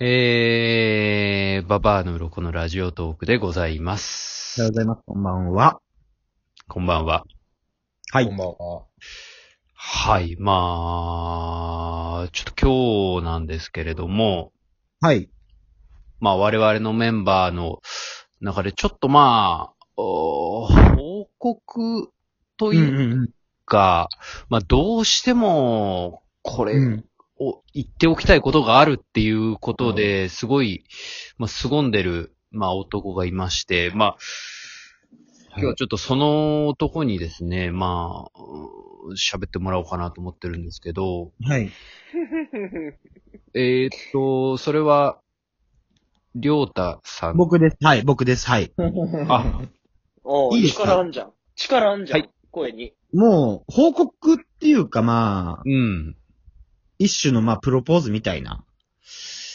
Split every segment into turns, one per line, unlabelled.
えー、ババアの鱗のラジオトークでございま
おはよ
す
う。ございます。こんばんは。
こんばんは。
は
こん
い。
ばんは。
はい。まあ、ちょっと今日なんですけれども、
はい。
まあ我々のメンバーの中でちょっとまあ、お報告と
うん
いううんか、まあどうしても、こ
う
れ
ん。うん。
を言っておきたいことがあるっていうことで、すごい、まあ、凄んでる、まあ、男がいまして、まあ、今日はちょっとその男にですね、まあ、うん喋ってもらおうかなと思ってるんですけど、
はい。
えーっと、それは、りょうたさん。
僕です。はい。僕です。はい。
あ、
お
いいですか
力あんじゃん。力あんじゃん。
は
声に。
もう、報告っていうかまあ、
うん。
一種のまあ、プロポーズみたいな
あ、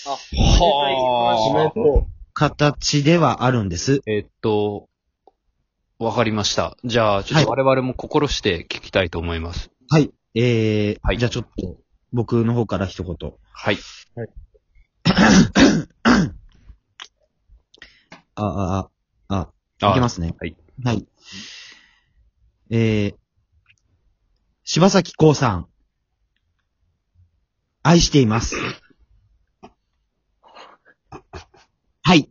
は
おめでと
形ではあるんです。
えーっと、わかりました。じゃあ、ちょっと我々も心して聞きたいと思います。
はい。えー、
はい
じゃあちょっと、僕の方から一言。
はい。
あ、あ、あ、
あ
あ、いけますね。
はい。
はい。えー、柴崎孝さん、愛しています。はい。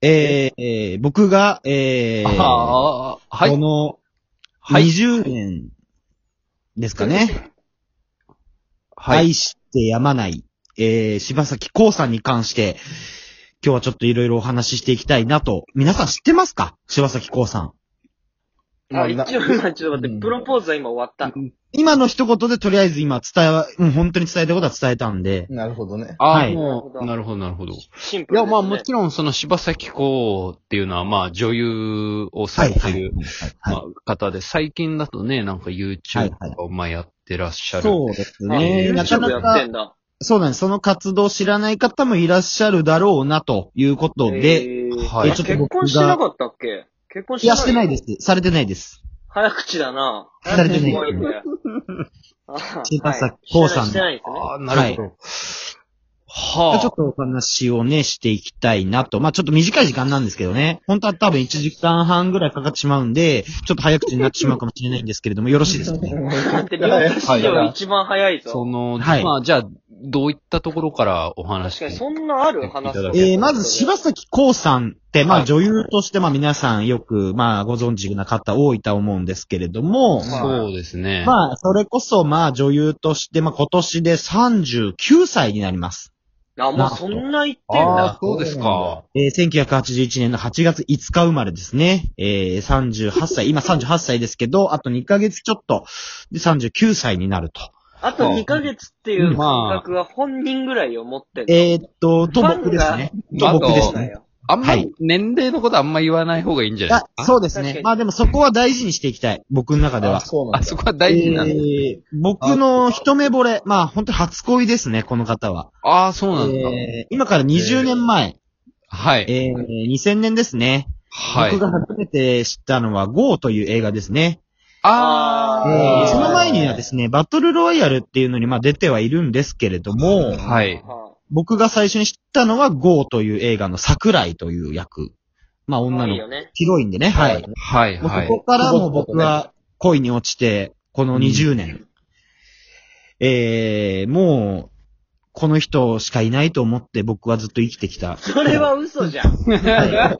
えー、えー僕が、えー、こ
あーはい。
の、
はい
20年ですかね、
はい。
愛してやまない、えー、柴崎孝さんに関して、今日はちょっといろいろお話ししていきたいなと。皆さん知ってますか柴崎孝さん。
あ、一応、今ちょっと待っ
うん
て、プロポーズは今終わった。
今の一言でとりあえず今伝えは、うん、本当に伝えたことは伝えたんで。
なるほどね。
ああ、
はい
もう、なるほど、なるほど。い
シンプル
や、
です、ね。
まあもちろんその柴咲コウっていうのはまあ女優をされてる、
はい
まあ、方で、最近だとね、なんか YouTube とかをまあやってらっしゃる。
そうです
あ
ね。なか
YouTube
な
やって
か、
んだ。
そうなんです。その活動を知らない方もいらっしゃるだろうな、ということで。
えー
はい
あ
ちょっと僕が
結婚してなかったっけ結婚
い
してな
や、
い
してないです。。されてないです。
早口だな。
されてない
早口声であ
柴
はい
咲コウさん
してないしてない
ああ、なるほど。はあ。
ちょっとお話をね、していきたいなと。まあちょっと短い時間なんですけどね。本当は多分1時間半ぐらいかかってしまうんで、ちょっと早口になってしまうかもしれないんですけれども、よろしいですかね。
ですね。だって、両親史上一番早い
そ
ぞ。
の、
はい
まあじゃあ、どういったところからお
確
話
かに、
を
そんなある話。
えー、まず、柴崎孝さんって、ま
は
あ
い
女優として、まあ皆さんよく、まあご存知な方多いと思うんですけれども、
そうですね。
まあ、それこそ、まあ、女優として、まあ、今年で39歳になります。
あ、もうそんな言ってん
あ
だ。
あ、そうですか。
えー1981年の8月5日生まれですね。えー38歳、今38歳ですけど、あと2ヶ月ちょっと、で、39歳になると。
あと2ヶ月っていう
まあ
感覚は本人ぐらいを持ってる。
えーっと、と僕ですね。
ファ
と
ンが
僕です
ファン
ね。
あんま
は
り、年齢のことあんま言わない方がいいんじゃない
あ
ですか。
そうです
確か
ね。
に
まあでもそこは大事にしていきたい。僕の中で
あ、
は。
そうなん
あ
だ。
そこは大事なんです。
えー僕の一目惚れ。まあ本当に初恋ですね、この方は。
ああ、そうなんだ。
えー今から20年前、
はい。
えー2000年ですね。
はい
僕。が初めて知ったのは GO という映画ですね。
あ
え
あ
ー
ー
その前にはですね、バトルロイヤルっていうのにまあ出てはいるんですけれども、
あはい。
は
僕が最初に知ったのは GO という映画の桜井という役。まあ
あ
女
い
の
い
子
よね。
ヒロインでね、はい。
はい、
もう
は
こ
い。
こからもう僕は恋に落ちて、この20年。えー、もう、この人しかいないと思って僕はずっと生きてきた。
それは嘘じゃん。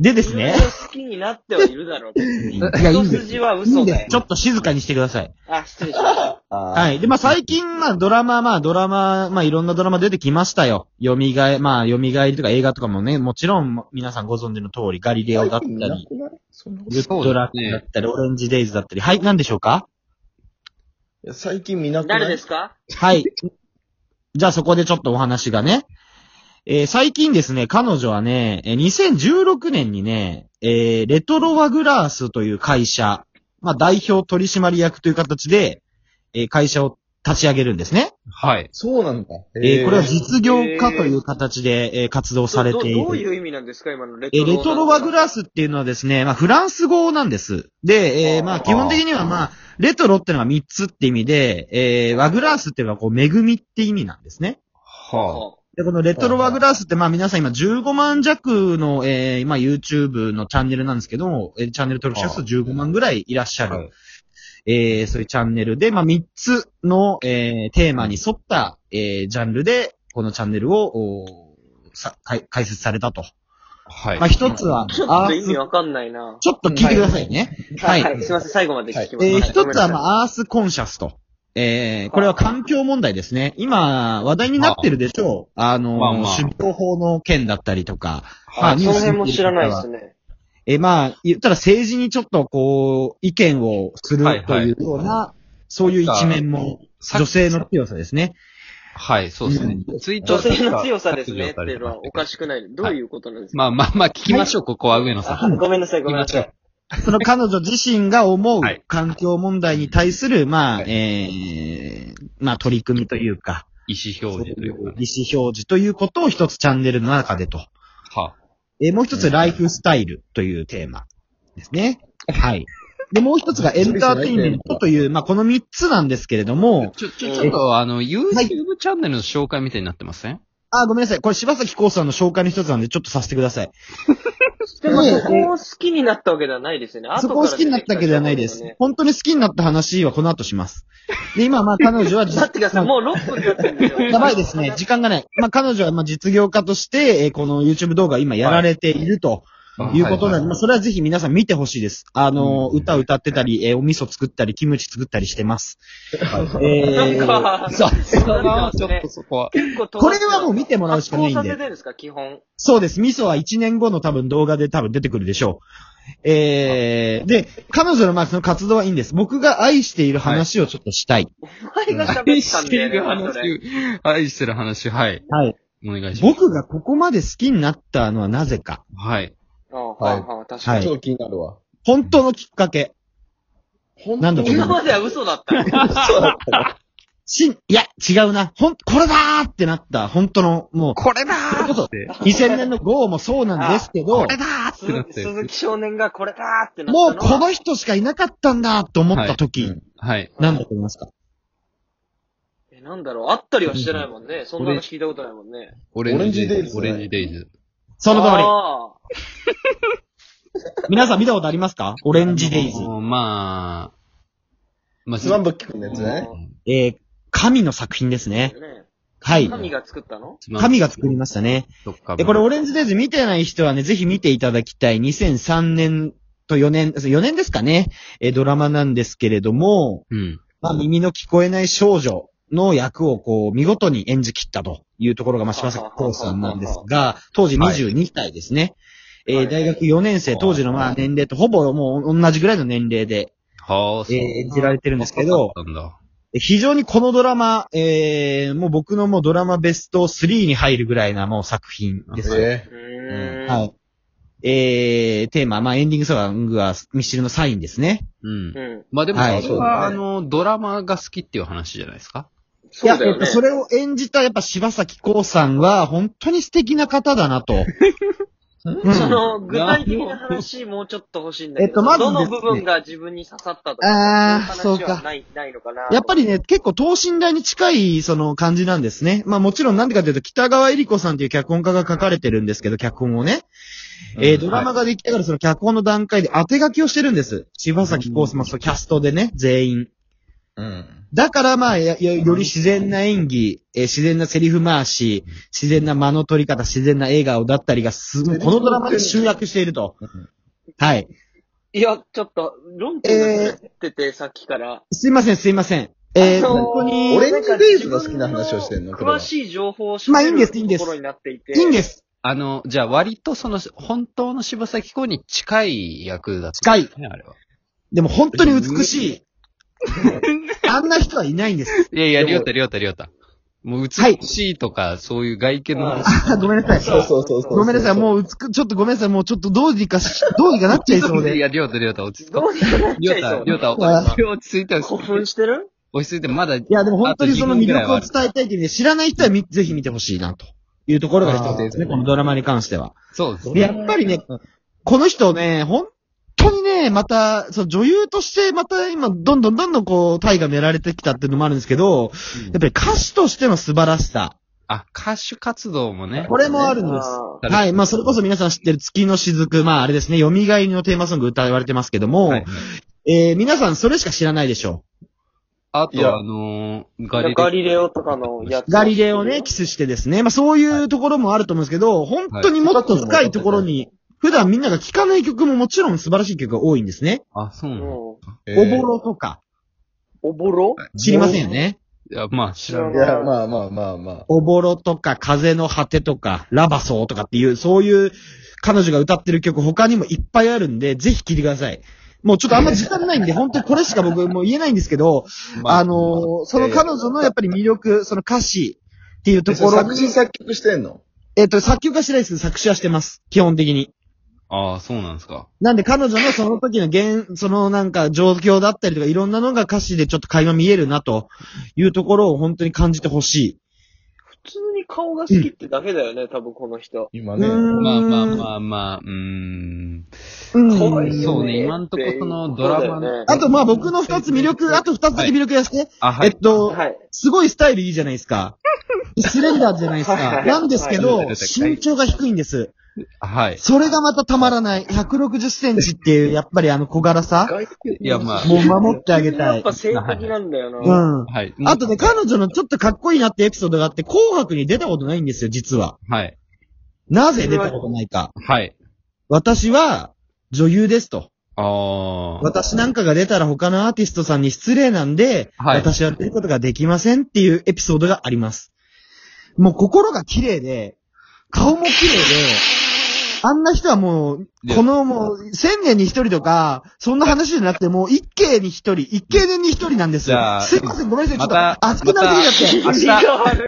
でですね。
好きになってはいるだろう。
い
一筋は嘘だよ。
ちょっと静かにしてください。
あ、失礼しました。
は。
はいい。で、まあ、最近、まあ、ドラマ、まあ、ドラマ、まあ、いろんなドラマ出てきましたよ。蘇り、まあ、蘇りとか映画とかもね、もちろん、皆さんご存知の通り、ガリレオだった
いな
り、
くないそんなこ
グッドラックだったり、オレンジデイズだったり。はい、何でしょうか
と最近見なくない
誰ですか
はい。 じゃあ、そこでちょっとお話がね。えー最近ですね、彼女はね、えー2016年にね、えーレトロワグラースという会社、まあ、代表取締役という形で、えー会社を立ち上げるんですね。
はい。
そうなんだ。
えーこれは
実
実業家という形で、えー活動されてい
どどう
る。
いう意味なんですか今のレ
え
ト
ー
ロ。
レトロワグラスっていうのはですね、まあ、フランス語なんです。で、えーまあ、基本的にはまあ、レトロってのは3つって意味で、えーワグラースっていうのはこう、恵みって意味なんですね。
は
は
で、このレトロワグラスって、まあ皆さん今15万弱の、えー、今 YouTube のチャンネルなんですけども、えーチャンネル登録者数15万ぐらいいらっしゃる。
はい
えー、そういうチャンネルで、まあ、3つの、えー、テーマに沿った、えー、ジャンルで、このチャンネルを、おーさ、開開設されたと。
はい。
まあ、一つは、
ちょっと意味わかんないな。
ちょっと聞いてくださいね。はい。
はい。すいません、最後まで聞きます。
えー、
い
一つは、ま
あ、
あ、アースコンシャスと。えー、これは環境問題ですね。今、話題になってるでしょう。あの、
まあまあ
出標法の件だったりとか。
まあ、その辺も知らないです
ね。
ね。
えー、まあ、言ったら政治にちょっとこう、意見をする
はいはい
というような、そういう一面も、
さっき
女性の強さですね。
はい、そうですね。ツイート
女
は
性の強さですねっ
削除
て
さ
い
れ
う
て
の
ました
は
けど
おかしくない。どういうことなんですか
まあまあまあ、聞きましょう、ここは上野さん。
あごめんなさい、ごめんなさい。
その彼女自身が思う
はい
環境問題に対する、まあ、
はい
えー、まあ取り組みというか、
意思表示というかね。
意思表示ということを一つチャンネルの中でと。
は
えーもう一つ、ライフスタイルというテーマですね。はい。で、もう一 つがエンターテインメントという、まあ、この三つなんですけれども、
ちょ、ちょ、ちょっと、あの、YouTube チャンネルの紹介みたいになってません
あー、ごめんなさい。これ、柴崎コーさんの紹介の一つなんで、ちょっとさせてください。
でも、そこを好きになったわけではないですよね。
そこを好きになったわけではないで
後から出てきた情報
す
よね。
本当に好きになった話はこの後します。で、今、まあ、彼女は、
待ってください、もう6分経ってるんですよ。
やばいですね。時間がない。まあ、彼女は、まあ、実業家として、えーこの YouTube 動画を今やられているということなんで、まあ、それはぜひ皆さん見てほしいです。あのー、
うん
歌を歌ってたり、えーお味噌作ったり、キムチ作ったりしてます。
なん
えー
か、
さすがだな、ち
そ
ょ
うですね
っとそこは。
結構
これはもう見てもらうしかないんで
発行させてるんですか、基本。
そうです。味噌は1年後の多分動画で多分出てくるでしょう。えー、で、彼女のまあその活動はいいんです。僕が愛している話をちょっとしたい。
お前が喋
愛
った
し
んだ
て
よね、
る
それ。
話、愛してる話、はい。
はい。
お願いします。
僕がここまで好きになったのはなぜか。
はい。
ああはいはい、確
は
か
い
ち
に。
ょっと気になるわ。
本当のきっかけ。
本
なんだと思
今
う
までは嘘だった。
しん、いや、違うな。ほん、これだーってなった。本当の、もう、
これだ
それ こ
ー
そ
って。
2000年の GO もそうなんですけど
こ、れだーってなっ
鈴
て。
鈴木少年がこれだーってなった
もう
の
こ
は
の人しかいなかったんだと思った時、
はい。
なんだと思いますか
え、なんだろう、あったりはしてないもんね。そんなの聞いたことないもんね。
オ
レンジデイズ
オレンジデイズ。
その通り。
あ
皆さん見たことありますかオレンジデイズ。
もうまあ、まあ、
スワンブッキ君のやつ
ー
ね。
えー、神の作品ですね。
ね
はい。
神が作ったの
スワン
神が作りましたね。
そっか
で、これオレンジデイズ見てない人はね、ぜひ見ていただきたい2003年と4年、4年ですかね、えードラマなんですけれども、
うん。
まあ、耳の聞こえない少女の役をこう、見事に演じ切ったというところが、まあ、柴崎コウさんなんですが、当時22歳ですね。え
はい
ー大学4年生、当時のまあ年齢とほぼもう同じぐらいの年齢で、
はあ、
えー
そう。
演じられてるんですけど、
そうだったんだ。
非常にこのドラマ、えー、もう僕のもうドラマベスト3に入るぐらいなもう作品ですよ。
え
うーん。
はい。えー、テーマ、まあ、エンディングソングはミスチルのサインですね。
うん
う。ん。
まあでも、
はい
それは、
そうだ
あ
ね
の、ドラマが好きっていう話じゃないですか。
そうだ
いや、
よ
やっぱ
ね。
それを演じたやっぱ柴咲コウさんは本当に素敵な方だなと。 うん
その、具体的な話、もうちょっと欲しいんだけど、
えっとまずです
ど
ね
の部分が自分に刺さったとか、
あー
そういう話
そう
は
か
ない、ないのかな。
やっぱりね、結構等身大に近い、その感じなんですね。まあもちろんなんでかというと、北川恵理子さんという脚本家が書かれてるんですけど、脚本をね。えー、ドラマができてからその脚本の段階で当て書きをしてるんです。柴崎コウさんもそうキャストでね、全員。
うん。
だからまあ、ややより自然な演技、えー自然なセリフ回し、自然な間の取り方、自然な笑顔だったりがす、もうこのドラマで集約していると。はい。
いや、ちょっと、論点がずれてて、さっきから。
すいません、すいません。えー、
あのー
本当に、
オレンジデイズの好きな話をしてんのこれは
詳しい情報を知
まあいいんですいいんです
ところになっていて。
いいんです。
あの、じゃあ割とその、本当の柴咲コウに近い役だった
近い。
んですね、あれは。
でも本当に美し い。あんな人はいないんです。
いやいや、
でも
りょうた、りょうた、りょうた。もう、
はい
美しいとか、そういう外見の話。
あ、 ごめんなさい。
そうそうそうそう。
ごめんなさい。もううつく、ちょっとごめんなさい。もうちょっとどうにかし、どうにかなっちゃいそう
い
で。
や、りょうた、りょうた、落ち着こ
どうにかなっ
う。り
ち
ょ
ゃ
う
いそ
た、
う
りょう
な。
た、落ち着いて、
興
落
奮してる
ち着いて、まだ、
いや、でも本当にその魅力を
あと二分ぐらいは
伝えたいというね、知らない人はみぜひ見てほしいな、というところが一つですね。
あー
このドラマに関しては。
そうです
でやっぱりね、この人ね、本当にね、また、その女優として、また今、どんどんどんどんこう、タイが練られてきたっていうのもあるんですけど、やっぱり歌手としての素晴らしさ。
あ、歌手活動もね。
これもあるんです。
あ
誰
はい。まあ、それこそ皆さん知ってる月の雫。まあ、あれですね。蘇りのテーマソング歌われてますけども、
はい
えー、皆さんそれしか知らないでしょ
あ
いや
と、あのー、
ー
ガリ
ガリ
レ
レオとかのやつ。
う。ガリレオね、キスしてですね。まあ、そういうところもあると思うんですけど、本当にもっと深いところに、普段みんなが聴かない曲ももちろん素晴らしい曲が多いんですね。
あ、そう
う
なの
ん。
え
お
ー
ぼろとか、
おぼろ
知りませんよね。
いや、まあ、知らない。
いや、まあまあまあまあ。
おぼろとか、風の果てとか、ラバソーとかっていう、そういう彼女が歌ってる曲他にもいっぱいあるんで、ぜひ聴いてください。もうちょっとあんま時間ない んで、本当にこれしか僕もう言えないんですけど、あのーその彼女のやっぱり魅力、その歌詞っていうと
えそれ
ころ
作
に
詞、作曲してんの
えっ、と、作曲はしてないですけど、作詞はしてます。基本的に。
ああ、そうなんですか。
なんで彼女のその時の現、そのなんか状況だったりとかいろんなのが歌詞でちょっと垣間見えるなというところを本当に感じてほしい。
普通に顔が好きってだけだよね、多分この人。
今
う
ね。
ーん
まあまあまあまあ、うーん。
うん
可愛いよ
そうね今んとこそのドラマの
そうだよね
あとまあ僕の二つ魅力、あと二つだけ魅力やして。
あ、はい。
えっと、
はい。
すごいスタイルいいじゃないですか。スレンダーじゃないです
はいはい
か。
はい
なんですけど、
はい
身長が低いんです。
はい。
それがまたたまらない。160センチっていう、やっぱりあの小柄さ。
外国
いや、まあ、
もう守ってあげ
や
た
っ
い。
ぱ性的なんだよな。
うん。
はい。
あとね、彼女のちょっとかっこいいなってエピソードがあって、紅白に出たことないんですよ、実は。
はい。
なぜ出たことないか。
はい。
私は、女優ですと。
ああ。
私なんかが出たら他のアーティストさんに失礼なんで、
はい
私は出ることができませんっていうエピソードがあります。もう心が綺麗で、顔も綺麗で、あんな人はもう、
いや
このもう、千年に一人とか、そんな話じゃなくて、もう一軒に一人、一軒に一人なんです
じゃ
よ。
あ
すいません、ごめんなさい、ちょ
ま
っと
た、
熱くなってきちゃって。
また明日
気が悪い